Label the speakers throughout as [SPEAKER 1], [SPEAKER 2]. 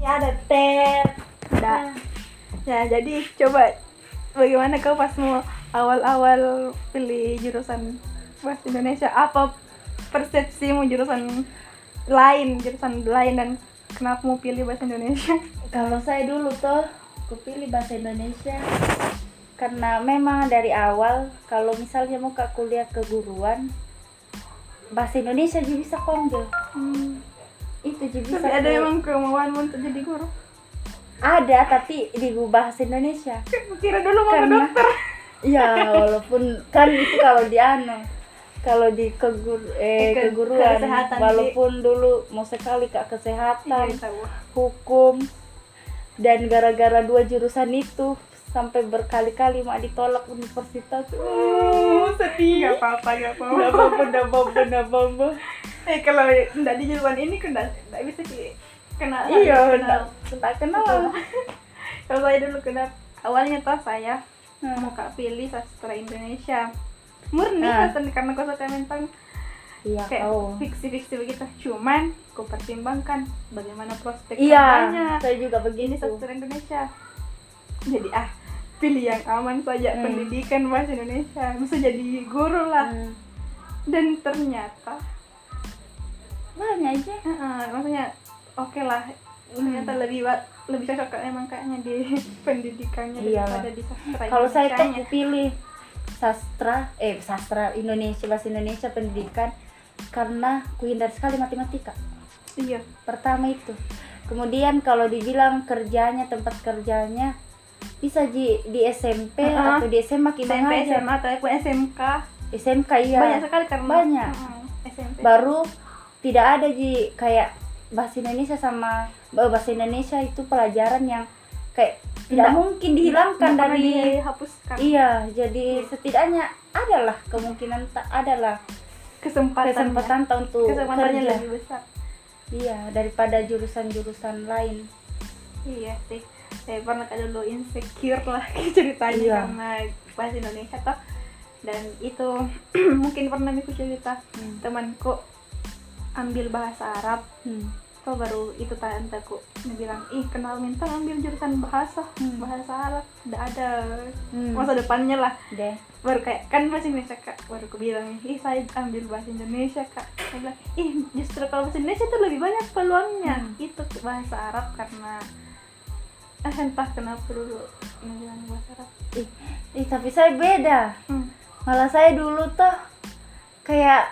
[SPEAKER 1] ya ada ter
[SPEAKER 2] Nah, nah, jadi coba bagaimana kau pas mau awal-awal pilih jurusan bahasa Indonesia apa persepsimu jurusan lain jurusan lain dan kenapa mau pilih bahasa Indonesia
[SPEAKER 1] kalau saya dulu tuh aku pilih bahasa Indonesia karena memang dari awal kalau misalnya mau ke kuliah keguruan bahasa Indonesia juga bisa konjol
[SPEAKER 2] hmm.
[SPEAKER 1] itu juga bisa
[SPEAKER 2] tapi ada
[SPEAKER 1] ku-
[SPEAKER 2] emang kemauanmu untuk jadi guru
[SPEAKER 1] ada tapi di bahasa Indonesia
[SPEAKER 2] kira dulu mau ke
[SPEAKER 1] Karena-
[SPEAKER 2] dokter
[SPEAKER 1] ya walaupun kan itu kalau di ano kalau di kegur eh,
[SPEAKER 2] Eh, ke-
[SPEAKER 1] keguruan
[SPEAKER 2] kesehatan, Ji.
[SPEAKER 1] walaupun dulu mau sekali ke kesehatan
[SPEAKER 2] Iya, tahu.
[SPEAKER 1] hukum dan gara-gara dua jurusan itu sampai berkali-kali mak ditolak universitas
[SPEAKER 2] Uh, sedih nggak apa-apa nggak apa-apa
[SPEAKER 1] bamba bamba bamba
[SPEAKER 2] Iya. eh kalau tidak di jurusan ini kan nggak nggak bisa ki kena
[SPEAKER 1] iya
[SPEAKER 2] kena- Betul.
[SPEAKER 1] tak kenal
[SPEAKER 2] kalau saya dulu kenapa awalnya tuh saya
[SPEAKER 1] Hmm.
[SPEAKER 2] mau kak pilih sastra Indonesia murni
[SPEAKER 1] Nah.
[SPEAKER 2] sastra karena aku suka mentan
[SPEAKER 1] iya
[SPEAKER 2] kayak
[SPEAKER 1] kau
[SPEAKER 2] fiksi-fiksi begitu cuman aku pertimbangkan bagaimana prospek
[SPEAKER 1] iya
[SPEAKER 2] kerjanya.
[SPEAKER 1] saya juga
[SPEAKER 2] ini
[SPEAKER 1] begini
[SPEAKER 2] sastra Indonesia jadi ah pilih yang aman saja
[SPEAKER 1] Hmm.
[SPEAKER 2] pendidikan bahasa Indonesia bisa jadi guru lah
[SPEAKER 1] Hmm.
[SPEAKER 2] dan ternyata
[SPEAKER 1] banyak aja
[SPEAKER 2] eh, maksudnya oke lah ternyata
[SPEAKER 1] Hmm.
[SPEAKER 2] lebih wa- lebih cocok kayak- emang kayaknya di pendidikannya
[SPEAKER 1] Iya.
[SPEAKER 2] daripada di sastra
[SPEAKER 1] kalau saya kan tuh
[SPEAKER 2] Indonesianya.
[SPEAKER 1] pilih sastra eh sastra Indonesia bahasa Indonesia pendidikan karena ku hindar sekali matematika
[SPEAKER 2] iya
[SPEAKER 1] pertama itu kemudian kalau dibilang kerjanya tempat kerjanya bisa di di SMP
[SPEAKER 2] Uh-uh.
[SPEAKER 1] atau di SMA kita
[SPEAKER 2] SMP
[SPEAKER 1] aja
[SPEAKER 2] SMA atau pun SMK
[SPEAKER 1] SMK iya
[SPEAKER 2] banyak sekali karena
[SPEAKER 1] Banyak.
[SPEAKER 2] Mm, SMP
[SPEAKER 1] baru tidak ada di kayak bahasa Indonesia sama eh, bahasa Indonesia itu pelajaran yang kayak tidak
[SPEAKER 2] Nggak-
[SPEAKER 1] mungkin dihilangkan
[SPEAKER 2] Nggak pernah
[SPEAKER 1] dari
[SPEAKER 2] dihapuskan
[SPEAKER 1] Iya, jadi setidaknya adalah kemungkinan tak adalah
[SPEAKER 2] kesempatan
[SPEAKER 1] kesempatan ta- untuk
[SPEAKER 2] kesempatannya
[SPEAKER 1] kerja.
[SPEAKER 2] lebih besar
[SPEAKER 1] Iya, daripada jurusan-jurusan lain.
[SPEAKER 2] iya sih saya pernah kayak dulu insecure lah ceritanya
[SPEAKER 1] Iya.
[SPEAKER 2] karena bahasa Indonesia toh dan itu mungkin pernah aku cerita
[SPEAKER 1] Hmm.
[SPEAKER 2] temanku ambil bahasa Arab
[SPEAKER 1] Hmm.
[SPEAKER 2] Kau baru itu tanteku bilang ih kenal minta ambil jurusan bahasa
[SPEAKER 1] Hmm.
[SPEAKER 2] bahasa Arab tidak ada
[SPEAKER 1] Hmm.
[SPEAKER 2] masa depannya lah
[SPEAKER 1] Deh.
[SPEAKER 2] baru kayak kan bahasa Indonesia kak baru aku bilang ih saya ambil bahasa Indonesia kak saya bilang ih justru kalau bahasa Indonesia tuh lebih banyak peluangnya
[SPEAKER 1] Hmm.
[SPEAKER 2] itu ke bahasa Arab karena eh, entah kenapa dulu bilang bahasa Arab
[SPEAKER 1] Ih, ih, tapi saya beda.
[SPEAKER 2] Hmm.
[SPEAKER 1] Malah saya dulu tuh kayak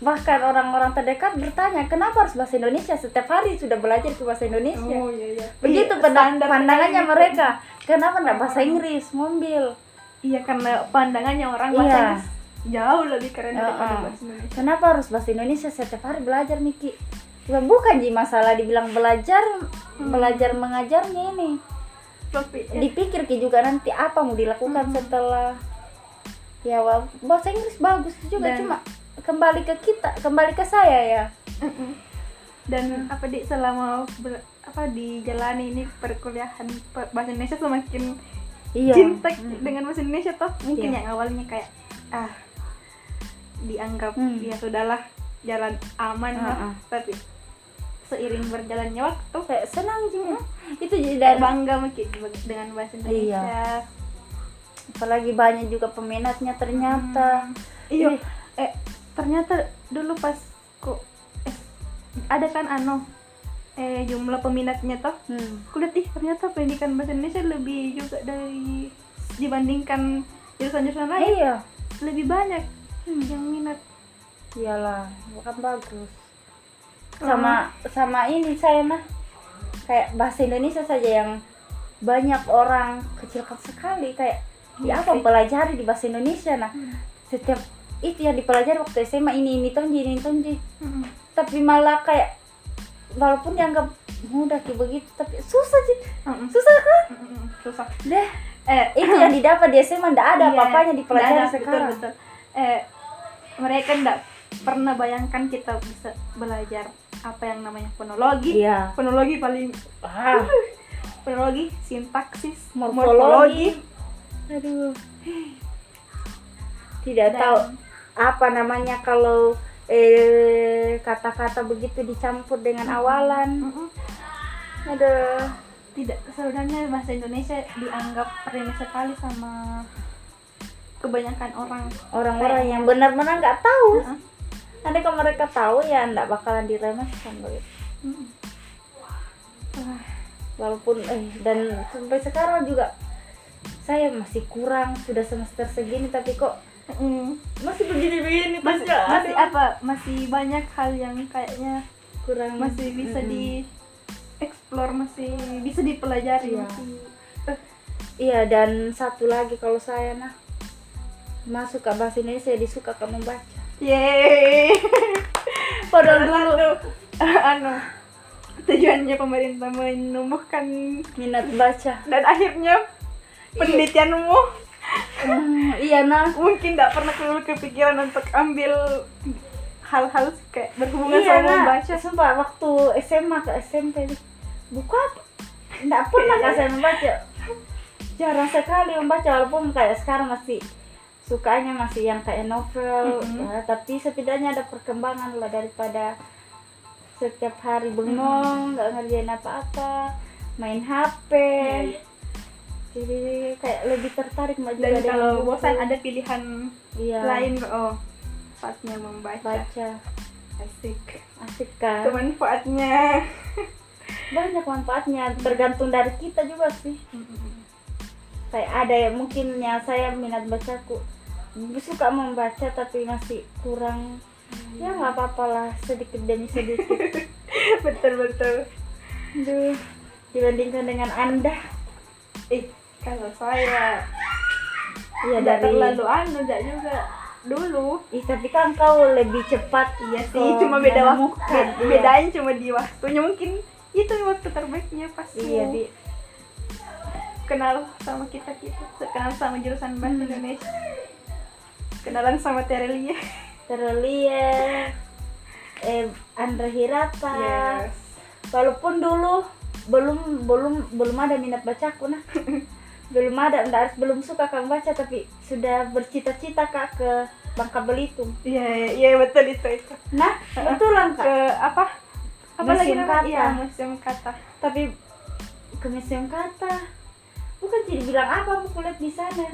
[SPEAKER 1] bahkan orang-orang terdekat bertanya kenapa harus bahasa Indonesia setiap hari sudah belajar ke bahasa Indonesia.
[SPEAKER 2] iya iya
[SPEAKER 1] Oh, Begitu
[SPEAKER 2] Iya,
[SPEAKER 1] panda-
[SPEAKER 2] standar
[SPEAKER 1] pandangannya
[SPEAKER 2] kayak gitu.
[SPEAKER 1] mereka. Kenapa enggak bahasa Inggris, mobil?
[SPEAKER 2] iya karena pandangannya orang
[SPEAKER 1] Iya.
[SPEAKER 2] bahasa Inggris jauh lebih keren
[SPEAKER 1] Iya,
[SPEAKER 2] daripada
[SPEAKER 1] ah.
[SPEAKER 2] bahasa Indonesia
[SPEAKER 1] kenapa harus bahasa Indonesia setiap hari belajar Miki Ya, bukan Ji masalah dibilang belajar
[SPEAKER 2] Hmm.
[SPEAKER 1] belajar mengajarnya ini
[SPEAKER 2] tapi ya,
[SPEAKER 1] dipikir Ki juga nanti apa mau dilakukan
[SPEAKER 2] Hmm.
[SPEAKER 1] setelah ya wa- bahasa Inggris bagus juga
[SPEAKER 2] Dan-
[SPEAKER 1] cuma kembali ke kita kembali ke saya ya
[SPEAKER 2] Mm-mm. dan apa di selama ber- apa dijalani ini perkuliahan pe- bahasa Indonesia semakin
[SPEAKER 1] iya
[SPEAKER 2] cinta
[SPEAKER 1] Mm.
[SPEAKER 2] dengan bahasa Indonesia toh mungkin
[SPEAKER 1] Iya.
[SPEAKER 2] yang awalnya kayak ah dianggap
[SPEAKER 1] Hmm.
[SPEAKER 2] ya sudahlah jalan aman lah
[SPEAKER 1] Ah, ah.
[SPEAKER 2] tapi seiring berjalannya waktu
[SPEAKER 1] kayak senang Ji itu Ji,
[SPEAKER 2] saya
[SPEAKER 1] dan
[SPEAKER 2] bangga mungkin be- dengan bahasa Indonesia Hmm.
[SPEAKER 1] apalagi banyak juga peminatnya ternyata
[SPEAKER 2] iya
[SPEAKER 1] Ih.
[SPEAKER 2] eh ternyata dulu pas kok ada kan ano eh jumlah peminatnya toh
[SPEAKER 1] Hmm.
[SPEAKER 2] aku lihat ih ternyata pendidikan bahasa Indonesia lebih juga dari dibandingkan jurusan-jurusan lain
[SPEAKER 1] iya
[SPEAKER 2] lebih banyak yang minat
[SPEAKER 1] iyalah bukan bagus
[SPEAKER 2] Oh. Ah.
[SPEAKER 1] sama sama ini saya mah kayak bahasa Indonesia saja yang banyak orang kecilkan sekali kayak di
[SPEAKER 2] Iya
[SPEAKER 1] apa
[SPEAKER 2] sih.
[SPEAKER 1] pelajari di bahasa Indonesia nah setiap itu yang dipelajari waktu SMA ini ini tuh ini tuh
[SPEAKER 2] Mm-mm.
[SPEAKER 1] tapi malah kayak walaupun dianggap mudah kayak begitu tapi susah sih
[SPEAKER 2] Mm-mm.
[SPEAKER 1] susah kan
[SPEAKER 2] Mm-mm. susah
[SPEAKER 1] deh
[SPEAKER 2] eh
[SPEAKER 1] itu yang didapat di SMA ndak ada
[SPEAKER 2] iya,
[SPEAKER 1] apa-apanya dipelajari
[SPEAKER 2] nggak ada,
[SPEAKER 1] sekarang
[SPEAKER 2] betul, betul. Eh, mereka ndak pernah bayangkan kita bisa belajar apa yang namanya fonologi
[SPEAKER 1] iya
[SPEAKER 2] fonologi paling
[SPEAKER 1] ah,
[SPEAKER 2] fonologi sintaksis
[SPEAKER 1] morfologi aduh tidak
[SPEAKER 2] Dan-
[SPEAKER 1] tahu apa namanya
[SPEAKER 2] Hmm.
[SPEAKER 1] kalau eh, kata-kata begitu dicampur dengan awalan
[SPEAKER 2] Mm-mm.
[SPEAKER 1] ada
[SPEAKER 2] tidak sebenarnya bahasa Indonesia dianggap remeh sekali sama kebanyakan orang
[SPEAKER 1] orang-orang yang benar-benar nggak tahu
[SPEAKER 2] Heeh.
[SPEAKER 1] nanti kalau mereka tahu ya nggak bakalan diremehkan begitu
[SPEAKER 2] Mm. Wah,
[SPEAKER 1] walaupun eh dan sampai sekarang juga saya masih kurang sudah semester segini tapi kok
[SPEAKER 2] mm.
[SPEAKER 1] masih begini-begini
[SPEAKER 2] masih,
[SPEAKER 1] aja.
[SPEAKER 2] masih
[SPEAKER 1] Aduh,
[SPEAKER 2] apa masih banyak hal yang kayaknya
[SPEAKER 1] kurang
[SPEAKER 2] masih bisa
[SPEAKER 1] Mm-mm.
[SPEAKER 2] di explore masih bisa dipelajari
[SPEAKER 1] Iya.
[SPEAKER 2] masih
[SPEAKER 1] iya dan satu lagi kalau saya nah masuk ke bahasa Indonesia disuka ke membaca
[SPEAKER 2] yeay
[SPEAKER 1] padahal dulu
[SPEAKER 2] anu tujuannya pemerintah menumbuhkan
[SPEAKER 1] minat baca
[SPEAKER 2] dan akhirnya
[SPEAKER 1] Iya.
[SPEAKER 2] penelitianmu
[SPEAKER 1] Hmm, iya nah
[SPEAKER 2] mungkin tidak pernah keluar kepikiran untuk ambil hal-hal kayak berhubungan
[SPEAKER 1] iya,
[SPEAKER 2] sama
[SPEAKER 1] Nak.
[SPEAKER 2] membaca
[SPEAKER 1] sumpah waktu SMA ke SMP nih, buku apa nggak pernah
[SPEAKER 2] Iya.
[SPEAKER 1] kan saya membaca jarang sekali membaca walaupun kayak sekarang masih sukanya masih yang kayak novel
[SPEAKER 2] Mhm.
[SPEAKER 1] ya, tapi setidaknya ada perkembangan lah daripada setiap hari bengong nggak ngerjain apa-apa main HP
[SPEAKER 2] Iya, iya.
[SPEAKER 1] jadi kayak lebih tertarik maju
[SPEAKER 2] dan kalau bosan ada pilihan
[SPEAKER 1] iya,
[SPEAKER 2] lain oh saatnya membaca
[SPEAKER 1] baca
[SPEAKER 2] asik
[SPEAKER 1] asik kan
[SPEAKER 2] kemanfaatnya
[SPEAKER 1] banyak manfaatnya tergantung dari kita juga sih kayak ada ya mungkin yang saya minat bacaku suka membaca tapi masih kurang
[SPEAKER 2] Hmm.
[SPEAKER 1] ya nggak apa-apa lah sedikit demi sedikit
[SPEAKER 2] betul betul
[SPEAKER 1] Aduh, dibandingkan dengan anda
[SPEAKER 2] ih kalau saya
[SPEAKER 1] ya
[SPEAKER 2] tidak
[SPEAKER 1] dari
[SPEAKER 2] terlalu anu tidak juga dulu
[SPEAKER 1] Ih, tapi kan kau lebih cepat
[SPEAKER 2] iya sih
[SPEAKER 1] Oh,
[SPEAKER 2] cuma beda waktu
[SPEAKER 1] menemukan, iya.
[SPEAKER 2] bedanya cuma di waktunya mungkin itu waktu terbaiknya pas
[SPEAKER 1] iya
[SPEAKER 2] mau
[SPEAKER 1] di
[SPEAKER 2] kenal sama kita kita kenal sama jurusan
[SPEAKER 1] Hmm.
[SPEAKER 2] bahasa Indonesia kenalan sama Terelia
[SPEAKER 1] Terelie eh Andre
[SPEAKER 2] Iya,
[SPEAKER 1] Hirata
[SPEAKER 2] Yes.
[SPEAKER 1] walaupun dulu belum belum belum ada minat bacaku nah belum ada ndak belum suka kang baca tapi sudah bercita-cita kak ke Bangka Belitung
[SPEAKER 2] iya iya iya, betul itu itu
[SPEAKER 1] nah betulan
[SPEAKER 2] ke
[SPEAKER 1] kak
[SPEAKER 2] apa apa lagi
[SPEAKER 1] Museum
[SPEAKER 2] namanya
[SPEAKER 1] Kata.
[SPEAKER 2] iya museum kata
[SPEAKER 1] tapi ke museum kata bukan jadi bilang apa aku lihat di sana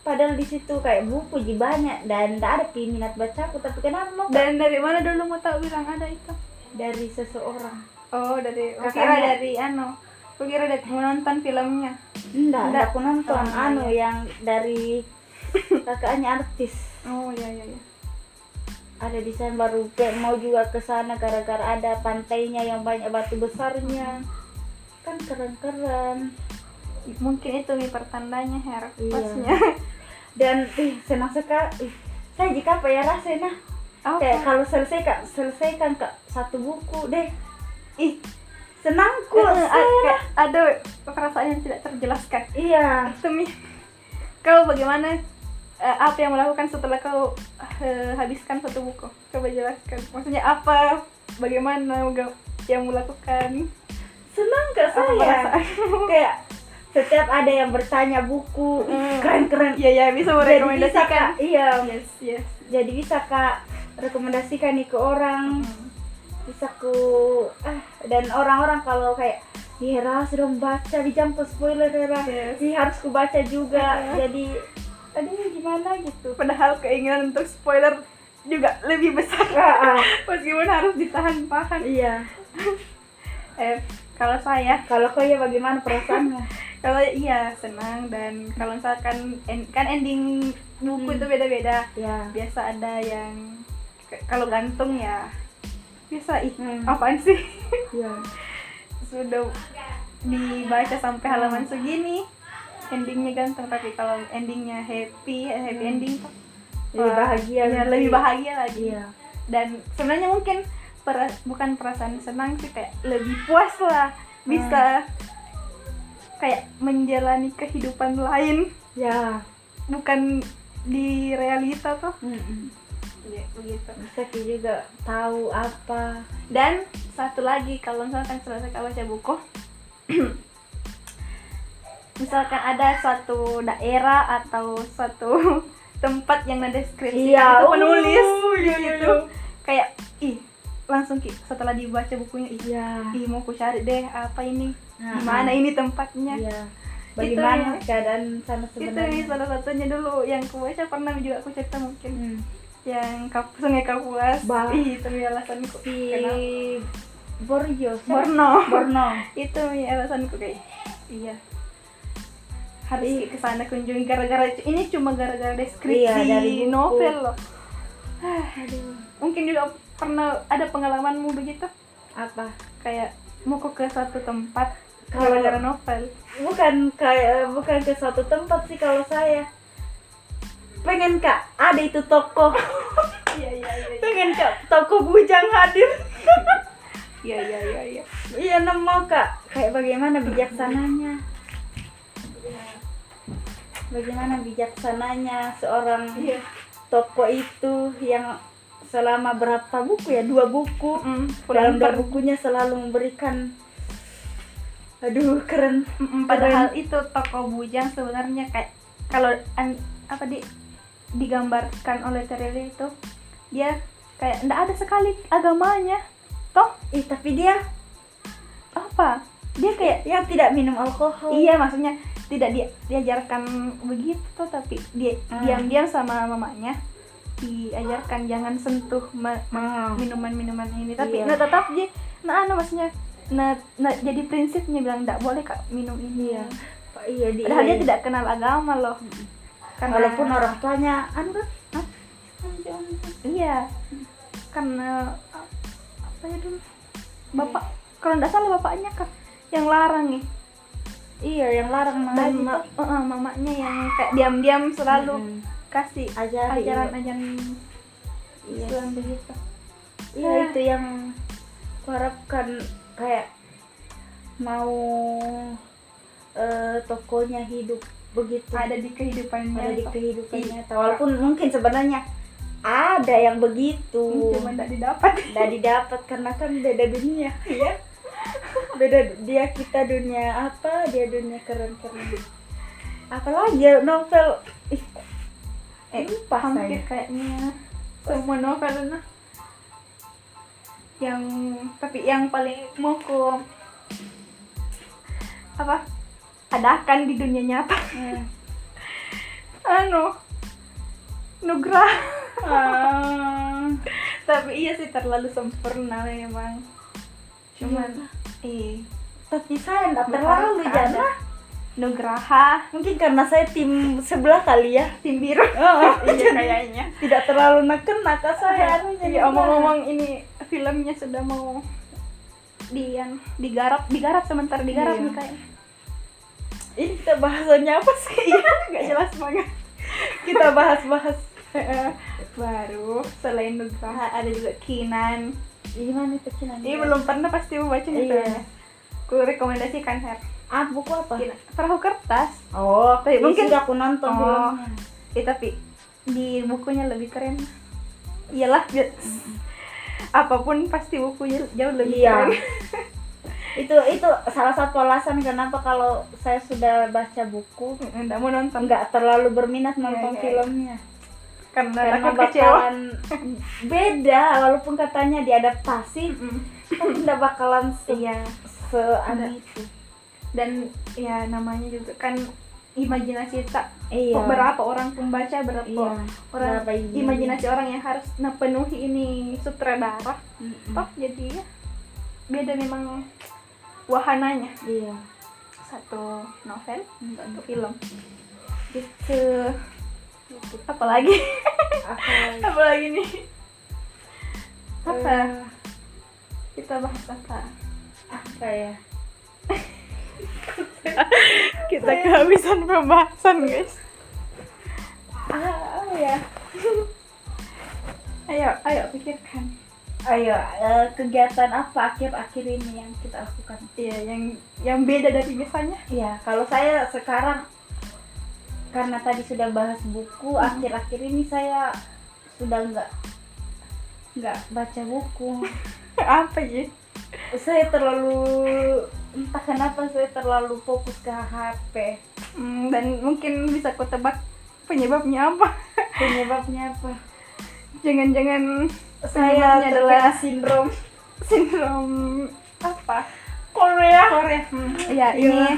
[SPEAKER 1] padahal di situ kayak buku jadi banyak dan ndak ada pi- minat bacaku tapi kenapa mau
[SPEAKER 2] dan dari mana dulu mau tahu bilang ada itu
[SPEAKER 1] dari seseorang
[SPEAKER 2] oh dari
[SPEAKER 1] Kakaknya.
[SPEAKER 2] kira dari ano kira dari menonton filmnya
[SPEAKER 1] Enggak,
[SPEAKER 2] Enggak.
[SPEAKER 1] aku nonton
[SPEAKER 2] Oh,
[SPEAKER 1] anu yang dari kakaknya artis
[SPEAKER 2] oh iya iya iya
[SPEAKER 1] ada di sana baru kayak mau juga ke sana gara-gara ada pantainya yang banyak batu besarnya kan keren-keren
[SPEAKER 2] mungkin itu nih pertandanya Her
[SPEAKER 1] Iya.
[SPEAKER 2] pasnya
[SPEAKER 1] dan ih, senang sekali Ih, saya jika apa ya rasanya
[SPEAKER 2] Apa?
[SPEAKER 1] kayak kalau selesai kak selesaikan kak satu buku deh
[SPEAKER 2] ih
[SPEAKER 1] senangku
[SPEAKER 2] eh, eh,
[SPEAKER 1] saya
[SPEAKER 2] kayak ada perasaan yang tidak terjelaskan
[SPEAKER 1] iya
[SPEAKER 2] Temi, kau bagaimana eh, apa yang melakukan setelah kau eh, habiskan satu buku? Coba jelaskan. Maksudnya apa? Bagaimana ga- yang melakukan?
[SPEAKER 1] senang
[SPEAKER 2] Apa
[SPEAKER 1] kak saya
[SPEAKER 2] perasaan?
[SPEAKER 1] kayak setiap ada yang bertanya buku ih,
[SPEAKER 2] Hmm.
[SPEAKER 1] keren-keren
[SPEAKER 2] Iya ya bisa
[SPEAKER 1] jadi bisa
[SPEAKER 2] merekomendasikan.
[SPEAKER 1] kak iya
[SPEAKER 2] Yes yes.
[SPEAKER 1] jadi bisa kak rekomendasikan nih ke orang bisa ku ah, dan orang-orang kalau kayak ya harus dong baca di jam ke spoiler Ra.
[SPEAKER 2] Yes.
[SPEAKER 1] Ih, harus ku baca juga
[SPEAKER 2] Iya.
[SPEAKER 1] jadi tadi gimana gitu
[SPEAKER 2] Padahal keinginan untuk spoiler juga lebih besar
[SPEAKER 1] Ah, ah.
[SPEAKER 2] meskipun harus ditahan pahan.
[SPEAKER 1] iya
[SPEAKER 2] Eh kalau saya
[SPEAKER 1] kalau kau ya bagaimana perasaannya
[SPEAKER 2] kalau iya senang dan kalau misalkan en- kan ending buku
[SPEAKER 1] Hmm.
[SPEAKER 2] itu beda-beda.
[SPEAKER 1] ya
[SPEAKER 2] biasa ada yang k- kalau gantung ya biasa ih
[SPEAKER 1] Hmm.
[SPEAKER 2] apaan sih
[SPEAKER 1] ya
[SPEAKER 2] sudah dibaca sampai halaman segini endingnya gantung tapi kalau endingnya happy eh, happy
[SPEAKER 1] Hmm.
[SPEAKER 2] ending tuh
[SPEAKER 1] lebih
[SPEAKER 2] wah,
[SPEAKER 1] bahagia
[SPEAKER 2] ya,
[SPEAKER 1] gitu.
[SPEAKER 2] lebih bahagia lagi
[SPEAKER 1] iya
[SPEAKER 2] dan sebenarnya mungkin pera- bukan perasaan senang sih kayak lebih puas lah bisa
[SPEAKER 1] Hmm.
[SPEAKER 2] kayak menjalani kehidupan lain
[SPEAKER 1] ya
[SPEAKER 2] bukan di realita tuh
[SPEAKER 1] Mm-mm.
[SPEAKER 2] ya,
[SPEAKER 1] Iya,
[SPEAKER 2] begitu
[SPEAKER 1] bisa ki juga tahu apa
[SPEAKER 2] Dan satu lagi kalau misalkan selesai kau baca buku, misalkan ada suatu daerah atau suatu tempat yang ada deskripsi
[SPEAKER 1] Iya,
[SPEAKER 2] atau
[SPEAKER 1] uh,
[SPEAKER 2] penulis
[SPEAKER 1] iya, iya,
[SPEAKER 2] gitu,
[SPEAKER 1] iya.
[SPEAKER 2] kayak ih lang- langsung Ki, setelah dibaca bukunya ih,
[SPEAKER 1] iya
[SPEAKER 2] ih mau ku cari deh apa ini
[SPEAKER 1] Nah,
[SPEAKER 2] Nah, gimana ini Gitu ya. tempatnya
[SPEAKER 1] iya bagaimana
[SPEAKER 2] Itu-
[SPEAKER 1] keadaan sana
[SPEAKER 2] itu nih
[SPEAKER 1] sebenarnya
[SPEAKER 2] salah satunya dulu yang ku baca pernah juga aku cerita mungkin
[SPEAKER 1] Hmm.
[SPEAKER 2] yang Kap- sungai Kapuas
[SPEAKER 1] Bah.
[SPEAKER 2] ih itu nih alasanku
[SPEAKER 1] si
[SPEAKER 2] Kenapa?
[SPEAKER 1] Borjo siapa?
[SPEAKER 2] Borno
[SPEAKER 1] Borno
[SPEAKER 2] itu nih alasanku kayak iya harus ke sana kunjungi gara-gara ini cuma gara-gara deskripsi
[SPEAKER 1] Iya, dari buku.
[SPEAKER 2] novel loh mungkin juga pernah ada pengalamanmu begitu
[SPEAKER 1] apa
[SPEAKER 2] kayak mau kok ke suatu tempat
[SPEAKER 1] Kalau-
[SPEAKER 2] gara-gara novel
[SPEAKER 1] bukan kayak eh, bukan ke suatu tempat sih kalau saya pengen kak ada itu toko
[SPEAKER 2] iya iya iya
[SPEAKER 1] pengen kak toko bujang hadir
[SPEAKER 2] iya iya iya iya
[SPEAKER 1] iya nemu kak kayak bagaimana bijaksananya bagaimana bijaksananya seorang
[SPEAKER 2] iya
[SPEAKER 1] toko itu yang selama berapa buku ya dua buku
[SPEAKER 2] Mm,
[SPEAKER 1] dalam
[SPEAKER 2] pulang
[SPEAKER 1] dua
[SPEAKER 2] per-
[SPEAKER 1] bukunya selalu memberikan aduh keren
[SPEAKER 2] Mm, padahal itu toko bujang sebenarnya kayak kalau an- apa di digambarkan oleh Terili itu dia kayak ndak ada sekali agamanya toh
[SPEAKER 1] ih tapi dia
[SPEAKER 2] apa dia kayak
[SPEAKER 1] yang tidak minum alkohol
[SPEAKER 2] Iya maksudnya tidak dia diajarkan begitu tuh tapi dia
[SPEAKER 1] Hmm.
[SPEAKER 2] diam-diam sama mamanya diajarkan jangan sentuh ma-
[SPEAKER 1] Hmm.
[SPEAKER 2] minuman-minuman ini Oh. ya. tapi
[SPEAKER 1] Iya.
[SPEAKER 2] nggak tetap dia nah anu maksudnya nah, nah, jadi prinsipnya bilang nggak boleh kak minum ini
[SPEAKER 1] Iya. Oh, iya di
[SPEAKER 2] padahal
[SPEAKER 1] iya.
[SPEAKER 2] dia tidak kenal agama loh karena
[SPEAKER 1] walaupun orang tuanya anu kan ah,
[SPEAKER 2] iya karena apa ya dulu bapak kalau nggak salah bapaknya kan yang larang nih
[SPEAKER 1] iya yang larang
[SPEAKER 2] dan
[SPEAKER 1] mengaji
[SPEAKER 2] ma-
[SPEAKER 1] tuh.
[SPEAKER 2] eh, eh, mamanya yang kayak diam-diam selalu
[SPEAKER 1] Mm-mm.
[SPEAKER 2] kasih
[SPEAKER 1] Ajari,
[SPEAKER 2] ajaran-ajaran
[SPEAKER 1] Iya.
[SPEAKER 2] Islam begitu
[SPEAKER 1] iya
[SPEAKER 2] Ya.
[SPEAKER 1] itu yang kuharapkan kayak mau eh, tokonya hidup begitu
[SPEAKER 2] ada di kehidupannya
[SPEAKER 1] Ada di
[SPEAKER 2] toh.
[SPEAKER 1] kehidupannya
[SPEAKER 2] Iya.
[SPEAKER 1] Tahu, walaupun mungkin sebenarnya ada yang begitu
[SPEAKER 2] cuma tidak didapat
[SPEAKER 1] dan didapat karena kan beda dunia ya beda dia kita dunia apa dia dunia keren keren apalagi ya novel ih, eh lupa
[SPEAKER 2] hampir
[SPEAKER 1] saya
[SPEAKER 2] kayaknya semua novel nah yang tapi yang paling mau ku apa adakan di dunia nyata
[SPEAKER 1] Hmm.
[SPEAKER 2] anu nugrah
[SPEAKER 1] Ah,
[SPEAKER 2] tapi iya sih terlalu sempurna memang cuman eh
[SPEAKER 1] tapi saya nggak
[SPEAKER 2] Berharap
[SPEAKER 1] Iya. terlalu
[SPEAKER 2] tak ada.
[SPEAKER 1] jana
[SPEAKER 2] nugraha
[SPEAKER 1] mungkin karena saya tim sebelah kali ya
[SPEAKER 2] tim biru
[SPEAKER 1] Oh,
[SPEAKER 2] iya kayaknya
[SPEAKER 1] tidak terlalu neken naka saya anunya
[SPEAKER 2] Iya,
[SPEAKER 1] gimana?
[SPEAKER 2] omong-omong ini filmnya sudah mau di yang digarap digarap sebentar digarap
[SPEAKER 1] Iya.
[SPEAKER 2] nih kayaknya
[SPEAKER 1] ini kita bahasanya apa sih Iya,
[SPEAKER 2] nggak jelas banget
[SPEAKER 1] kita bahas bahas
[SPEAKER 2] baru selain Nugraha ada juga Kinan
[SPEAKER 1] gimana itu Kinan?
[SPEAKER 2] ini Iya. belum pernah pasti mau baca nih
[SPEAKER 1] Iya.
[SPEAKER 2] filmnya ku rekomendasikan her
[SPEAKER 1] ah buku apa
[SPEAKER 2] Kinan. perahu kertas
[SPEAKER 1] Oh,
[SPEAKER 2] Tapi mungkin-
[SPEAKER 1] mungkin sudah aku nonton
[SPEAKER 2] Oh.
[SPEAKER 1] filmnya.
[SPEAKER 2] Eh, tapi di bukunya lebih keren iyalah bi- apapun pasti bukunya jauh lebih
[SPEAKER 1] Iya.
[SPEAKER 2] keren
[SPEAKER 1] Itu itu salah satu alasan kenapa kalau saya sudah baca buku
[SPEAKER 2] nggak mau nonton
[SPEAKER 1] nggak terlalu berminat nonton
[SPEAKER 2] iya, iya.
[SPEAKER 1] filmnya
[SPEAKER 2] karena,
[SPEAKER 1] karena
[SPEAKER 2] takut kecewa
[SPEAKER 1] bakalan beda walaupun katanya diadaptasi
[SPEAKER 2] Mm-mm.
[SPEAKER 1] tapi nggak bakalan se
[SPEAKER 2] iya
[SPEAKER 1] seaneh itu
[SPEAKER 2] dan ya namanya juga kan imajinasi tak
[SPEAKER 1] iya
[SPEAKER 2] berapa orang pembaca berapa
[SPEAKER 1] Iya.
[SPEAKER 2] orang
[SPEAKER 1] Berapa ini?
[SPEAKER 2] imajinasi orang yang harus memenuhi ini sutradara
[SPEAKER 1] Mm-mm.
[SPEAKER 2] toh jadi ya, beda memang wahananya
[SPEAKER 1] iya
[SPEAKER 2] satu novel
[SPEAKER 1] Mm-mm.
[SPEAKER 2] satu film gitu apalagi
[SPEAKER 1] Apa lagi?
[SPEAKER 2] apalagi nih apa
[SPEAKER 1] Eh,
[SPEAKER 2] kita bahas apa
[SPEAKER 1] apa ya
[SPEAKER 2] kita kehabisan pembahasan guys
[SPEAKER 1] ah, apa ya
[SPEAKER 2] ayo ayo pikirkan
[SPEAKER 1] ayo eh, kegiatan apa akhir-akhir ini yang kita lakukan
[SPEAKER 2] Iya, yang yang beda dari biasanya.
[SPEAKER 1] Iya, kalau saya sekarang karena tadi sudah bahas buku, akhir-akhir ini saya sudah nggak nggak baca buku.
[SPEAKER 2] Apa ya?
[SPEAKER 1] saya terlalu entah kenapa saya terlalu fokus ke HP.
[SPEAKER 2] Hmm, dan mungkin bisa ku tebak penyebabnya apa.
[SPEAKER 1] Penyebabnya apa?
[SPEAKER 2] Jangan-jangan
[SPEAKER 1] Saya
[SPEAKER 2] Penyebabnya
[SPEAKER 1] adalah
[SPEAKER 2] adalah-
[SPEAKER 1] sindrom
[SPEAKER 2] sindrom apa
[SPEAKER 1] Korea
[SPEAKER 2] Korea Hmm, ya ini
[SPEAKER 1] Iya.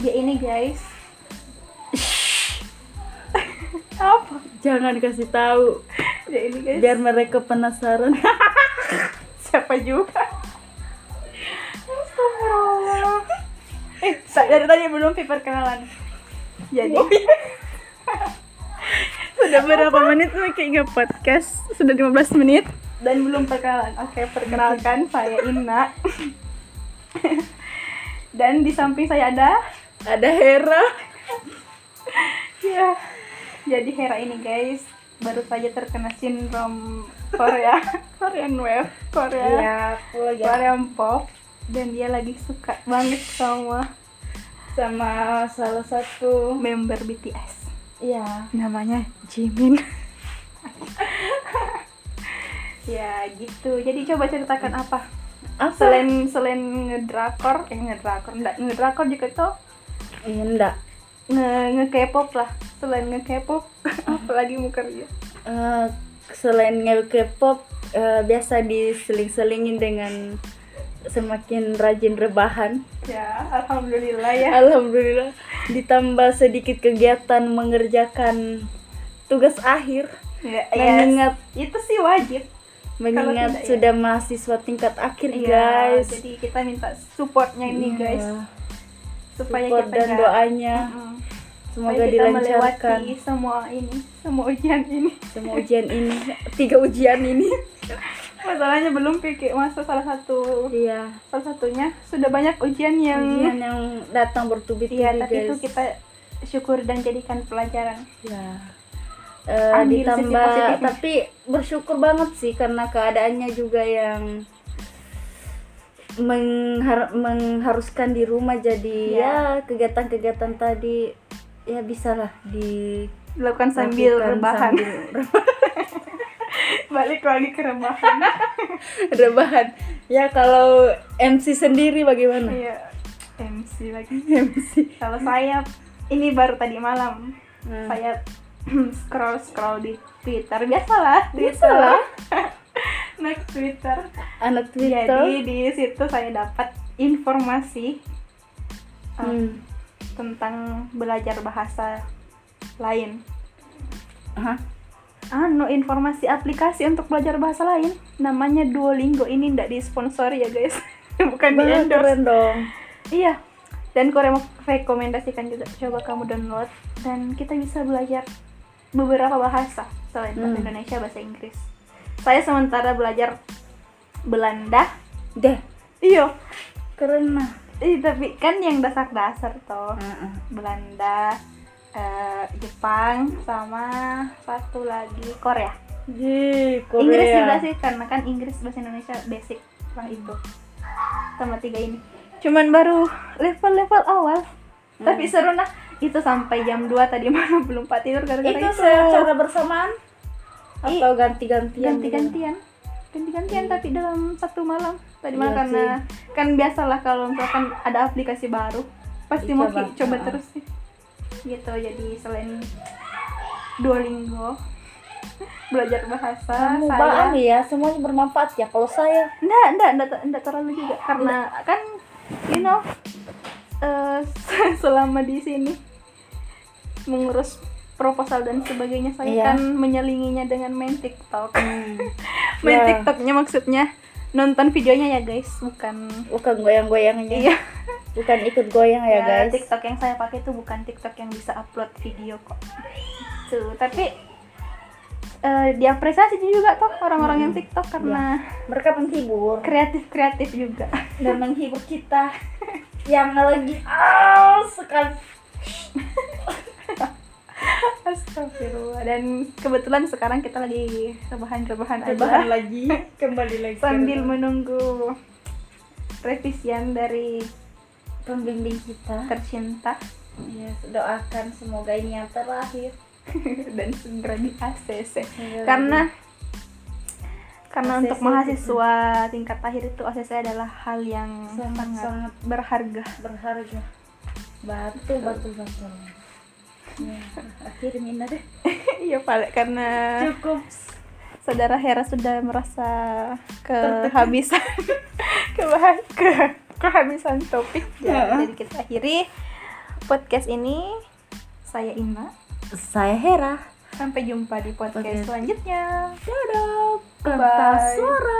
[SPEAKER 2] dia ini guys apa
[SPEAKER 1] jangan kasih tahu
[SPEAKER 2] dia ini guys
[SPEAKER 1] biar mereka penasaran
[SPEAKER 2] siapa juga Astagfirullah eh sa- dari tadi belum perkenalan jadi
[SPEAKER 3] Oh, iya. Sudah berapa menit pakai nge podcast? Sudah 15 menit.
[SPEAKER 2] dan belum perkenalan oke perkenalkan saya Ina dan di samping saya ada
[SPEAKER 3] Ada Hera.
[SPEAKER 2] ya jadi Hera ini guys baru saja terkena sindrom Korea Korean Wave Korea
[SPEAKER 1] iya aku lagi
[SPEAKER 2] Korean Pop dan dia lagi suka banget sama
[SPEAKER 1] sama salah satu
[SPEAKER 2] member BTS
[SPEAKER 1] iya
[SPEAKER 3] Namanya Jimin.
[SPEAKER 2] ya gitu jadi coba ceritakan apa
[SPEAKER 1] apa
[SPEAKER 2] selain selain ngedrakor eh ngedrakor enggak ngedrakor juga tuh
[SPEAKER 1] iya enggak
[SPEAKER 2] nge nge K-pop lah selain nge K-pop apalagi mau kerja
[SPEAKER 1] Eh, selain nge K-pop eh, biasa diseling-selingin dengan semakin rajin rebahan
[SPEAKER 2] ya alhamdulillah ya
[SPEAKER 1] Alhamdulillah ditambah sedikit kegiatan mengerjakan tugas akhir
[SPEAKER 2] ya
[SPEAKER 1] mengingat
[SPEAKER 2] itu sih wajib tidak,
[SPEAKER 1] mengingat
[SPEAKER 2] ya.
[SPEAKER 1] sudah mahasiswa tingkat akhir
[SPEAKER 2] Iya,
[SPEAKER 1] guys
[SPEAKER 2] jadi kita minta supportnya ini
[SPEAKER 1] Iya.
[SPEAKER 2] guys supaya
[SPEAKER 1] support
[SPEAKER 2] kita
[SPEAKER 1] dan
[SPEAKER 2] nggak-
[SPEAKER 1] doanya
[SPEAKER 2] Mm.
[SPEAKER 1] semoga
[SPEAKER 2] supaya kita
[SPEAKER 1] dilancarkan
[SPEAKER 2] melewati semua ini semua ujian ini
[SPEAKER 1] semua ujian ini tiga ujian ini
[SPEAKER 2] masalahnya belum pikir masa salah satu
[SPEAKER 1] iya
[SPEAKER 2] salah satunya sudah banyak ujian yang
[SPEAKER 1] ujian yang datang bertubi-tubi
[SPEAKER 2] iya tapi
[SPEAKER 1] guys
[SPEAKER 2] itu kita syukur dan jadikan pelajaran
[SPEAKER 1] ya Eh,
[SPEAKER 2] Ambil sisi
[SPEAKER 1] ditambah
[SPEAKER 2] positifnya.
[SPEAKER 1] tapi bersyukur banget sih karena keadaannya juga yang menghar- mengharuskan di rumah jadi
[SPEAKER 2] Ya.
[SPEAKER 1] ya kegiatan-kegiatan tadi ya bisalah di
[SPEAKER 2] dilakukan sambil
[SPEAKER 1] lakukan
[SPEAKER 2] rebahan
[SPEAKER 1] sambil
[SPEAKER 2] balik lagi ke rebahan
[SPEAKER 1] rebahan ya kalau MC sendiri bagaimana
[SPEAKER 2] iya MC lagi
[SPEAKER 1] MC
[SPEAKER 2] kalau saya ini baru tadi malam
[SPEAKER 1] Hmm.
[SPEAKER 2] saya scroll scroll di Twitter biasalah
[SPEAKER 1] gitu
[SPEAKER 2] Twitter
[SPEAKER 1] Biasalah.
[SPEAKER 2] naik Twitter
[SPEAKER 1] anak
[SPEAKER 2] jadi ah.
[SPEAKER 1] Twitter
[SPEAKER 2] di situ saya dapat informasi eh,
[SPEAKER 1] Hmm.
[SPEAKER 2] tentang belajar bahasa lain
[SPEAKER 1] Hah?
[SPEAKER 2] anu informasi aplikasi untuk belajar bahasa lain namanya Duolingo ini ndak disponsori ya guys bukan di
[SPEAKER 1] Wah,
[SPEAKER 2] endorse
[SPEAKER 1] keren dong
[SPEAKER 2] Iya. Dan Korea mau rekomendasikan juga coba kamu download dan kita bisa belajar beberapa bahasa selain bahasa
[SPEAKER 1] Hmm.
[SPEAKER 2] Indonesia bahasa Inggris. Saya sementara belajar Belanda.
[SPEAKER 1] deh
[SPEAKER 2] Iya.
[SPEAKER 1] keren mah
[SPEAKER 2] Ih, tapi kan yang dasar-dasar toh. Belanda, eh, Jepang sama satu lagi Korea.
[SPEAKER 1] Ji, Korea.
[SPEAKER 2] Inggris juga sih karena kan Inggris bahasa Indonesia basic lah itu sama tiga ini cuman baru level-level awal tapi
[SPEAKER 1] Hmm.
[SPEAKER 2] seru nah itu sampai jam 2 tadi malam belum pak tidur gara-gara
[SPEAKER 1] Itu
[SPEAKER 2] itu,
[SPEAKER 1] secara bersamaan
[SPEAKER 2] Ih,
[SPEAKER 1] atau ganti-gantian? gitu? Hmm.
[SPEAKER 2] ganti-gantian Iya, ganti-gantian tapi dalam satu malam tadi
[SPEAKER 1] Iya
[SPEAKER 2] malam karena kan biasalah kalau misalkan ada aplikasi baru pasti mau
[SPEAKER 1] Dicoba.
[SPEAKER 2] ki- coba
[SPEAKER 1] Ah.
[SPEAKER 2] terus sih gitu jadi selain Duolingo belajar bahasa
[SPEAKER 1] Kamu
[SPEAKER 2] saya-
[SPEAKER 1] bahan ya, semuanya bermanfaat ya. Kalau saya
[SPEAKER 2] Enggak, enggak, enggak, ter- enggak terlalu juga
[SPEAKER 1] Iya.
[SPEAKER 2] karena kan you know eh, selama di sini mengurus proposal dan sebagainya saya
[SPEAKER 1] Iya.
[SPEAKER 2] kan menyelinginya dengan main TikTok. main
[SPEAKER 1] Ya.
[SPEAKER 2] TikToknya maksudnya nonton videonya ya guys, bukan
[SPEAKER 1] bukan goyang-goyangnya,
[SPEAKER 2] iya.
[SPEAKER 1] bukan ikut goyang ya guys.
[SPEAKER 2] TikTok yang saya pakai itu bukan TikTok yang bisa upload video kok. Tuh, tapi eh, diapresiasi juga toh orang-orang
[SPEAKER 1] Hmm.
[SPEAKER 2] yang TikTok karena
[SPEAKER 1] Mereka menghibur
[SPEAKER 2] kreatif-kreatif juga.
[SPEAKER 1] dan menghibur kita yang lagi aus kan. sekali.
[SPEAKER 2] Astagfirullah dan kebetulan sekarang kita lagi rebahan-rebahan
[SPEAKER 1] Rebahan
[SPEAKER 2] aja
[SPEAKER 1] lagi, kembali lagi.
[SPEAKER 2] sambil menunggu revisian dari
[SPEAKER 1] pembimbing kita.
[SPEAKER 2] tercinta
[SPEAKER 1] Yes, doakan semoga ini yang terakhir.
[SPEAKER 2] dan segera di ACC
[SPEAKER 1] Semoga
[SPEAKER 2] karena karena
[SPEAKER 1] ACC
[SPEAKER 2] untuk mahasiswa tingkat akhir itu ACC adalah hal yang sangat,
[SPEAKER 1] Sangat-sangat
[SPEAKER 2] berharga
[SPEAKER 1] berharga batu batu batu ya, akhirnya deh
[SPEAKER 2] iya Pak karena
[SPEAKER 1] cukup
[SPEAKER 2] saudara Hera sudah merasa kehabisan kebahas ke kehabisan topik ya.
[SPEAKER 3] Ya.
[SPEAKER 2] jadi kita akhiri podcast ini saya Ima
[SPEAKER 1] Saya Hera.
[SPEAKER 2] sampai jumpa di podcast
[SPEAKER 1] Podcast.
[SPEAKER 2] selanjutnya
[SPEAKER 1] Dadah.
[SPEAKER 2] Bye.
[SPEAKER 1] Pentas suara.